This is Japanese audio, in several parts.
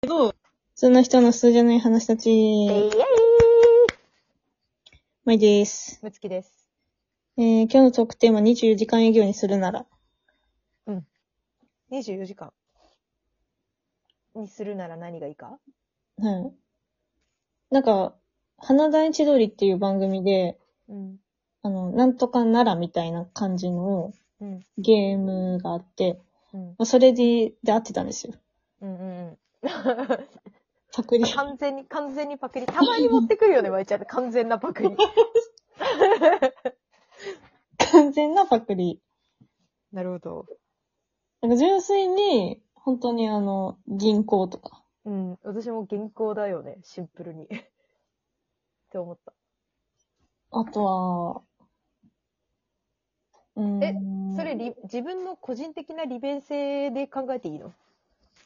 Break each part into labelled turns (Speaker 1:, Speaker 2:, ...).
Speaker 1: 普通の人の素じゃない話た
Speaker 2: イエイ
Speaker 1: ち。まいです。
Speaker 2: むつきです。
Speaker 1: えー、今日のトークテーマ24時間営業にするなら。
Speaker 2: 24時間にするなら何がいいか
Speaker 1: はい。なんか、花団地通りっていう番組で、
Speaker 2: うん。
Speaker 1: あの、なんとかならみたいな感じの
Speaker 2: うん。
Speaker 1: ゲームがあって、
Speaker 2: うん。
Speaker 1: まあ、それで、で合ってたんですよ。
Speaker 2: うん。うん。
Speaker 1: パクリ。
Speaker 2: 完全に、完全にパクリ。たまに持ってくる よね、まいちゃんって。完全なパクリ。
Speaker 1: 完全なパクリ。
Speaker 2: なるほど。
Speaker 1: なんか純粋に、本当にあの、銀行とか。
Speaker 2: うん。私も銀行だよね、シンプルに。 って思った。
Speaker 1: あとは、うーん
Speaker 2: えそれり、自分の個人的な利便性で考えていいの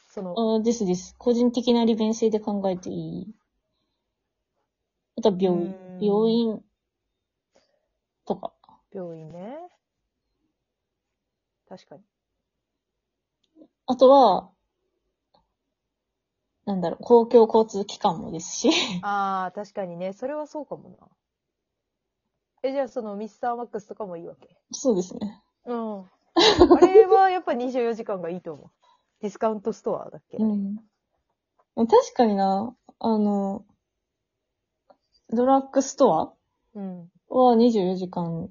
Speaker 2: その、
Speaker 1: あですです。個人的な利便性で考えていい。あとは病院
Speaker 2: う。ん
Speaker 1: 病院とか。
Speaker 2: 病院ね。確かに。
Speaker 1: あとは、なんだろう、公共交通機関もですし。
Speaker 2: ああ、確かにね。それはそうかもな。え、じゃあそのミスターマックスとかもいいわけ
Speaker 1: そうですね。
Speaker 2: うん。あれはやっぱ24時間がいいと思う。 ディスカウントストアだっけ、
Speaker 1: うん。確かにな、あの、ドラッグスト
Speaker 2: うん。
Speaker 1: アは24時間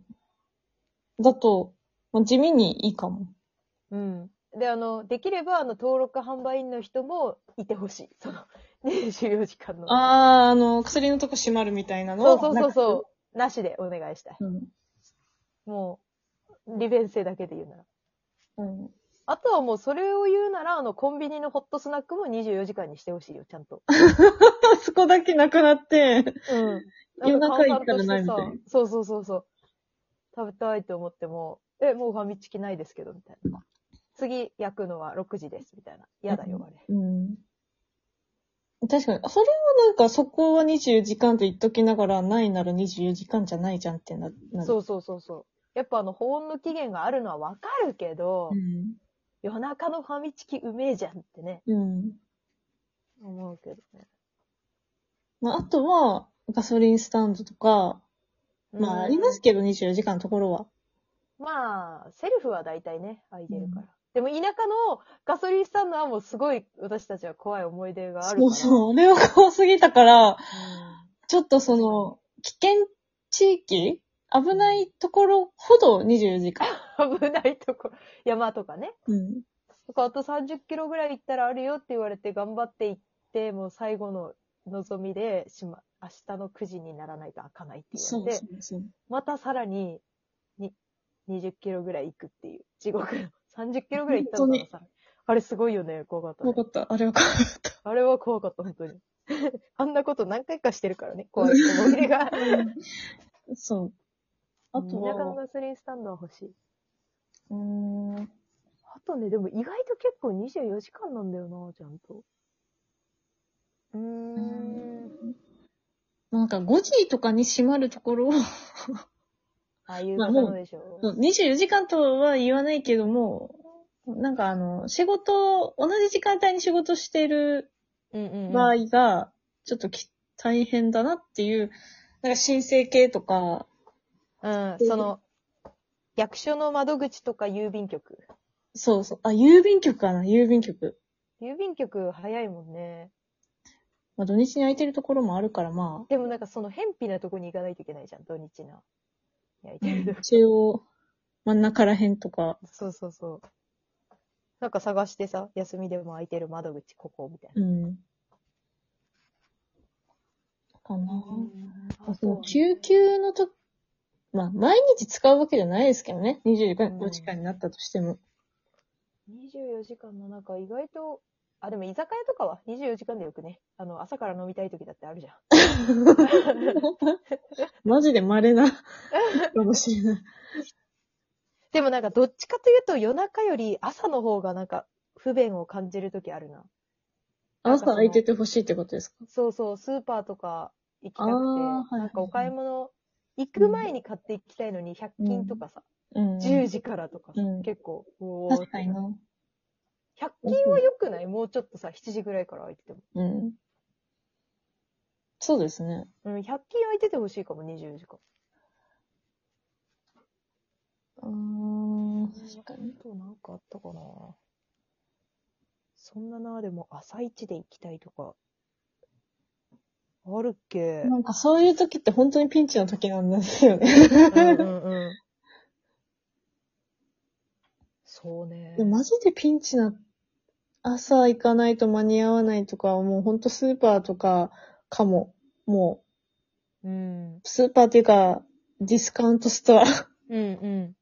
Speaker 1: だと、まあ地味にいいかも。
Speaker 2: うん。で、あの、できれば、あの、登録販売員の人もいてほしい。その、24時間の。
Speaker 1: あー、あの、薬のとこ閉まるみたいな
Speaker 2: そうそうそう
Speaker 1: う。
Speaker 2: そう。なしでお願いしたい。
Speaker 1: うん
Speaker 2: もう、利便性だけで言うなら。
Speaker 1: うん。
Speaker 2: あとはもう、それを言うなら、あの、コンビニのホットスナックも24時間にしてほしいよ、ちゃんと。
Speaker 1: そこだけなくなって、
Speaker 2: うん。
Speaker 1: 夜
Speaker 2: なん
Speaker 1: 中
Speaker 2: か
Speaker 1: 行ったらないみたいな
Speaker 2: カウンターとしてさそうそうそうそう。食べたいと思っても、え、もうファミチキないですけど、みたいな。次焼くのは6時です、みたいな。嫌だよ、あれ。
Speaker 1: うん。確かに、それはなんかそこは24時間と言っときながら、ないなら24時間じゃないじゃんってな、なる。
Speaker 2: そうそうそうそう。やっぱあの、保温の期限があるのはわかるけど、
Speaker 1: うん。
Speaker 2: 夜中のファミチキうめえじゃんってね、
Speaker 1: うん。
Speaker 2: 思うけどね。
Speaker 1: まあ、あとは、ガソリンスタンドとか、まあ、ありますけど、24時間のところは。
Speaker 2: まあ、セルフは大体ね、空いてるから。でも田舎のガソリンスタンドはもうすごい私たちは怖い思い出があるか
Speaker 1: そ
Speaker 2: ら。
Speaker 1: うそう。あれは怖すぎたから、
Speaker 2: うん
Speaker 1: ちょっとその、危険地域危ないところほど24時間。
Speaker 2: 危ないところ、山とかね。
Speaker 1: うん。
Speaker 2: とかあと30キロぐらい行ったらあるよって言われて頑張って行って、もう最後の望みで、しま、明日の9時にならないと開かないって言
Speaker 1: そう
Speaker 2: われて、
Speaker 1: そうそう。
Speaker 2: またさらに、に、20キロぐらい行くっていう、地獄の、30キロぐらい行ったのかな、さ。あれすごいよね、怖かった、
Speaker 1: 怖
Speaker 2: ね
Speaker 1: か。った。あれは怖かった。
Speaker 2: あれは怖かった、本当に。 あんなこと何回かして るからね、怖い思い出が。
Speaker 1: そう。あと
Speaker 2: 田舎の
Speaker 1: は、
Speaker 2: ガソリンスタンドは欲しい。
Speaker 1: うーん、
Speaker 2: あとね、でも意外と結構24時間なんだよな、ちゃんと。うーん。
Speaker 1: なんか5時とかに閉まるところを、
Speaker 2: ああいう
Speaker 1: まあ
Speaker 2: 方
Speaker 1: もう
Speaker 2: のでしょ。
Speaker 1: 24時間とは言わないけども、なんかあの、仕事、同じ時間帯に仕事してる
Speaker 2: うんうんうん。
Speaker 1: 場合が、ちょっとき、大変だなっていう、なんか申請系とか、
Speaker 2: うん、その、役所の窓口とか郵便局。
Speaker 1: そうそう、あ、郵便局かな、郵便局。
Speaker 2: 郵便局早いもんね。
Speaker 1: まあ土日に空いてるところもあるから、ま
Speaker 2: でもなんかその、偏僻なとこに行かないといけないじゃん、土日な。焼い てる
Speaker 1: あ、中央、真ん中らへんとか、
Speaker 2: と。そうそうそう。なんか探してさ、休みでも空いてる窓口、ここ、みたいな。
Speaker 1: うん。かな。
Speaker 2: あ
Speaker 1: そ
Speaker 2: そうう
Speaker 1: 救急のと、まあ、毎日使うわけじゃないですけどね。
Speaker 2: う
Speaker 1: 25
Speaker 2: ん
Speaker 1: 時間になったとしても。
Speaker 2: 24時間の中、意外と、あ、でも居酒屋とかは24時間でよくね。あの、朝から飲みたい時だってあるじゃん。
Speaker 1: マジで稀 な、かもしれない。
Speaker 2: でもなんかどっちかというと夜中より朝の方がなんか不便を感じる時あるな。
Speaker 1: 朝空いててほしいってことですか
Speaker 2: そうそう、スーパーとか行きたく
Speaker 1: あーはいはい
Speaker 2: て、なんかお買い物、行く前に買って行きたいのに100均とかさ、
Speaker 1: うん
Speaker 2: 10時からとかさ、
Speaker 1: うん
Speaker 2: 結構、うおー
Speaker 1: 確かにな。
Speaker 2: 100 100均は良くないもうちょっとさ、7時ぐらいから空いてても。
Speaker 1: うん。そうですね。
Speaker 2: うん、100均空いててほしいかも、24時間。
Speaker 1: うーん、確かに。
Speaker 2: あとなんかあったかなそんなな、でも朝一で行きたいとか。あるっけ
Speaker 1: なんかそういう時って本当にピンチの時なんですよね。
Speaker 2: うんうんうん。そうね。
Speaker 1: でマジでピンチな、朝行かないと間に合わないとかはもう本当スーパーとかかも。も
Speaker 2: うん。
Speaker 1: う、スーパーっていうか、ディスカウントストア。
Speaker 2: うんうん。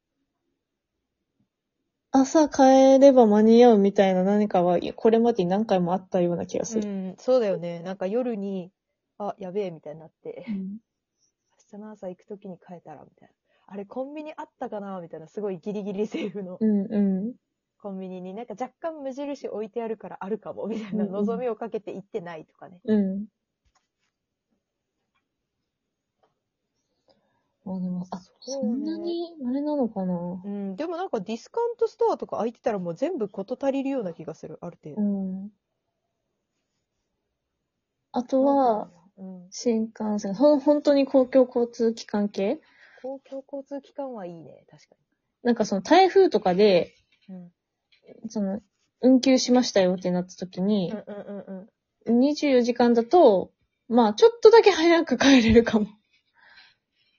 Speaker 1: 朝帰れば間に合うみたいな何かは、これまでに何回もあったような気がす
Speaker 2: う
Speaker 1: る。
Speaker 2: ん、そうだよね。なんか夜に、あ、やべえ、みたいになって、
Speaker 1: うん
Speaker 2: 明日の朝行くときに変えたら、みたいな。あれ、コンビニあったかなみたいな、すごいギリギリセーフの
Speaker 1: うんう
Speaker 2: コンビニに、なんか若干無印置いてあるからあるかも、みたいな
Speaker 1: うんうん
Speaker 2: 望みをかけて行ってないとかね。
Speaker 1: ん。うん。あ、でも、あ、
Speaker 2: そう
Speaker 1: そ
Speaker 2: ね
Speaker 1: んなに、あれなのかな
Speaker 2: うん、でもなんかディスカウントストアとか空いてたらもう全部事足りるような気がする、ある程
Speaker 1: う
Speaker 2: 度。
Speaker 1: ん。あとは、
Speaker 2: うん、
Speaker 1: 新幹線、ほん、本当に公共交通機関系
Speaker 2: 公共交通機関はいいね、確か
Speaker 1: なんかその台風とかで、
Speaker 2: に。うん。
Speaker 1: その、運休しましたよってなった時に
Speaker 2: う、んうんうんうん。
Speaker 1: 24時間だと、まあ、ちょっとだけ早く帰れるかも。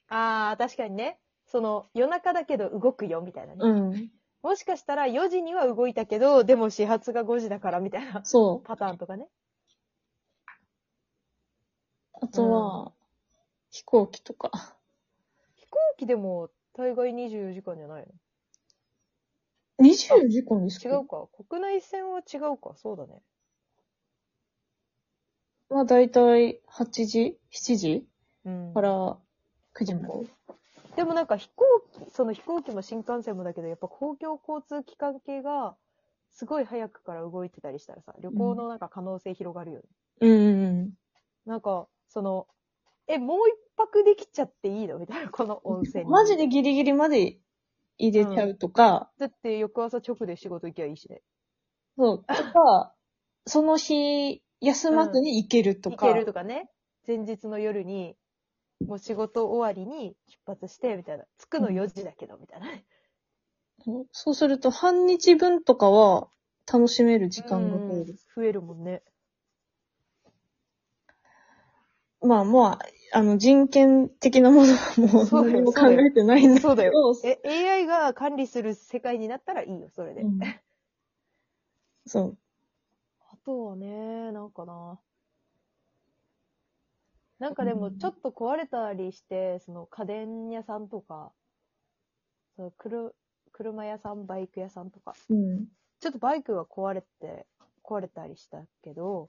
Speaker 2: あー、確かにね。その、夜中だけど動くよ、みたいなね。
Speaker 1: うん。
Speaker 2: もしかしたら4時には動いたけど、でも始発が5時だから、みたいな
Speaker 1: そう。
Speaker 2: パターンとかね。
Speaker 1: あとは、飛行機とか。
Speaker 2: 飛行機でも、大概24時間じゃない
Speaker 1: 24時間ですか
Speaker 2: の違うか。国内線は違うか。そうだね。
Speaker 1: まあ、だいたい8時 ?7 時
Speaker 2: うん。
Speaker 1: から9時まで。
Speaker 2: でもなんか飛行機、その飛行機も新幹線もだけど、やっぱ公共交通機関系が、すごい早くから動いてたりしたらさ、旅行のなんか可能性広がるよね。
Speaker 1: うんうん
Speaker 2: なんか、その、え、もう一泊できちゃっていいのみたいな、この温泉
Speaker 1: う
Speaker 2: に
Speaker 1: ん。マジでギリギリまで入れちゃうとか、
Speaker 2: だって翌朝直で仕事行きゃいいしね。
Speaker 1: そう、とか、その日、休まずに行けると
Speaker 2: 行
Speaker 1: か。
Speaker 2: けるとかね。前日の夜に、もう仕事終わりに出発して、みたいな。着くの
Speaker 1: うん
Speaker 2: 4時だけど、みたいな。
Speaker 1: そうそうすると、半日分とかは楽しめる時間が増える。
Speaker 2: 増えるもんね。
Speaker 1: まあまあ、あの、人権的なものはもう、
Speaker 2: そうだ
Speaker 1: 何
Speaker 2: よ
Speaker 1: も考えてないんだけど。
Speaker 2: そうだよ。え、AI が管理する世界になったらいいよ、それで。
Speaker 1: うんそう。
Speaker 2: あとはね、なんかな。なんかで
Speaker 1: う
Speaker 2: も、
Speaker 1: ん
Speaker 2: ちょっと壊れたりして、その家電屋さんとか、その車車屋さん、バイク屋さんとか、
Speaker 1: うん。
Speaker 2: ちょっとバイクが壊れて、壊れたりしたけど、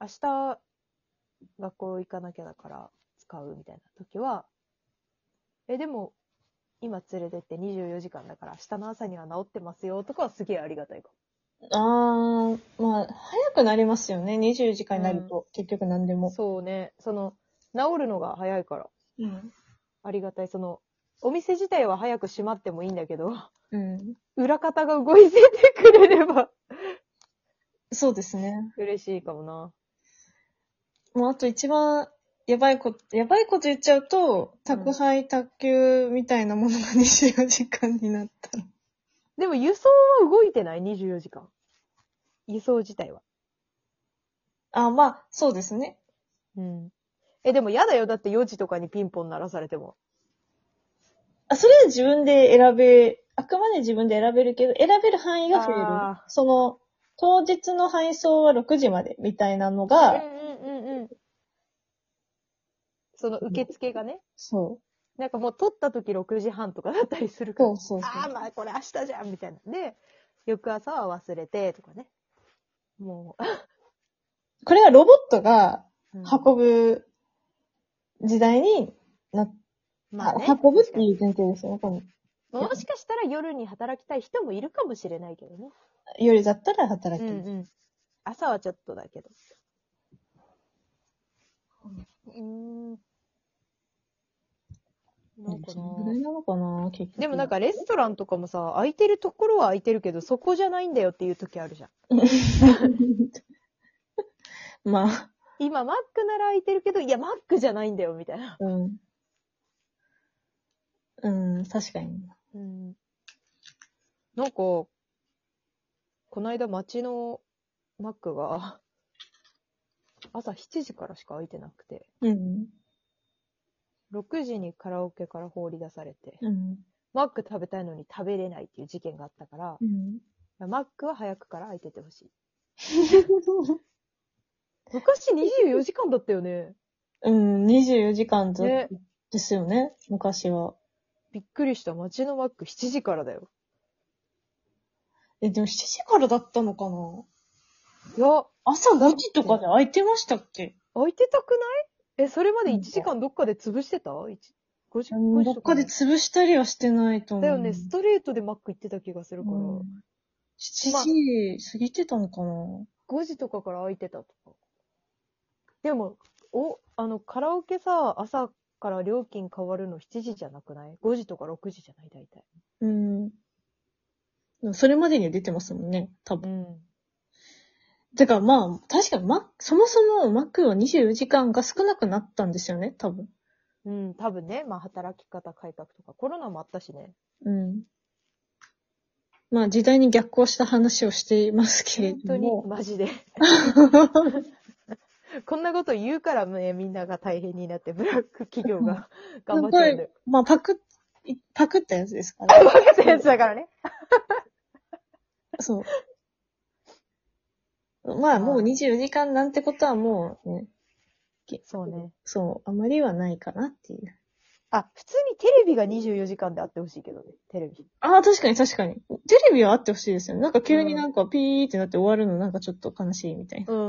Speaker 2: 明日、学校行かなきゃだから使うみたいな時は、え、でも、今連れてって24時間だから明日の朝には治ってますよとかはすげえありがたいか
Speaker 1: あー、まあ、早くなりますよね。24時間になると、結局何で
Speaker 2: も。
Speaker 1: も。
Speaker 2: そうね。その、治るのが早いから
Speaker 1: うん。
Speaker 2: ありがたい。その、お店自体は早く閉まってもいいんだけど、
Speaker 1: うん。
Speaker 2: 裏方が動いててくれれば
Speaker 1: そうですね。
Speaker 2: 嬉しいかもな。
Speaker 1: もうあと一番、やばいこと、やばいこと言っちゃうと、宅配、宅急みたいなものが24時間になったら。
Speaker 2: でも輸送は動いてない ?24 時間。輸送自体は。
Speaker 1: あ、まあ、そうですね。
Speaker 2: うん。え、でも嫌だよ。だって4時とかにピンポン鳴らされても。
Speaker 1: あ、それは自分で選べ、あくまで自分で選べるけど、選べる範囲が増える
Speaker 2: あ。
Speaker 1: その、当日の配送は6時までみたいなの
Speaker 2: うん
Speaker 1: が、
Speaker 2: うんうんうん。その受付がね。
Speaker 1: そう。
Speaker 2: なんかもう取った時6時半とかだったりするから。
Speaker 1: そうそうそう
Speaker 2: ああ、まあこれ明日じゃんみたいな。で、翌朝は忘れてとかね。も
Speaker 1: これはロボットが
Speaker 2: う。うん
Speaker 1: 運ぶ時代になっ、
Speaker 2: まあね、
Speaker 1: 運ぶっていう前提ですよね。この
Speaker 2: 確かにもしかしたら夜に働きたい人もいるかもしれないけどね。
Speaker 1: 夜だったら働きます
Speaker 2: うん。朝はちょっとだけど。うーん。なんか
Speaker 1: その
Speaker 2: な
Speaker 1: ぐらいなのかな、結局。
Speaker 2: でもなん、かレストランとかもさ、空いてるところは空いてるけど、そこじゃないんだよっていう時あるじゃん。
Speaker 1: まあ、
Speaker 2: 今、マックなら空いてるけど、いや、マックじゃないんだよ、みたいな。
Speaker 1: うん。うん、確かに。
Speaker 2: うん。なんか、この間街のマックが、朝7時からしか空いてなくて、
Speaker 1: うん。
Speaker 2: 6時にカラオケから放り出されて、
Speaker 1: うん。
Speaker 2: マック食べたいのに食べれないっていう事件があったから、
Speaker 1: うん。
Speaker 2: マックは早くから空いててほしい。昔24時間だったよね。
Speaker 1: うん、24時間ずっ
Speaker 2: ね
Speaker 1: とですよね、昔は。
Speaker 2: びっくりした。街のマック7時からだよ。
Speaker 1: え、でも7時からだったのかない
Speaker 2: や、
Speaker 1: 朝5時とかで空いてましたっけ
Speaker 2: 空いてたくないえ、それまで
Speaker 1: な
Speaker 2: 1
Speaker 1: んか
Speaker 2: 時間どっかで潰してた ?5 時、5時、
Speaker 1: うんど
Speaker 2: 5時
Speaker 1: っ
Speaker 2: と
Speaker 1: か
Speaker 2: か
Speaker 1: で
Speaker 2: ね。
Speaker 1: 潰したりはしてないと思う。
Speaker 2: だよね、ストレートでマック行ってた気がするから、
Speaker 1: うん7時過ぎてたのかな、
Speaker 2: 5時とかから空いてたとか。でも、お、あの、カラオケさ、朝から料金変わるの7時じゃなくない ?5 時とか6時じゃない大体。
Speaker 1: うん。でもそれまでには出てますもんね、多分。
Speaker 2: ん。
Speaker 1: てかまあ、確かにマそもそもマックは24時間が少なくなったんですよね、多分。
Speaker 2: うん、多分ね、まあ働き方改革とか、コロナもあったしね。
Speaker 1: うん。まあ、時代に逆行した話をしていますけれ
Speaker 2: 本当
Speaker 1: ど
Speaker 2: に
Speaker 1: も。、
Speaker 2: マジで。 こんなこと言うから、ね、みんなが大変になって、ブラック企業が頑張ってるんだよ。
Speaker 1: まあ、パクっ、パクったやつですから、ね。
Speaker 2: バカったやつだからね。
Speaker 1: そう。まあ、もう
Speaker 2: はい
Speaker 1: 24時間なんてことはもうね、
Speaker 2: そうね。
Speaker 1: そう、あまりはないかなっていう。
Speaker 2: あ、普通にテレビが24時間であってほしいけどね、テレビ。
Speaker 1: ああ、確かに確かに。テレビはあってほしいですよね。なんか急になんかピーってなって終わるのなんかちょっと悲しいみたいな。
Speaker 2: うん。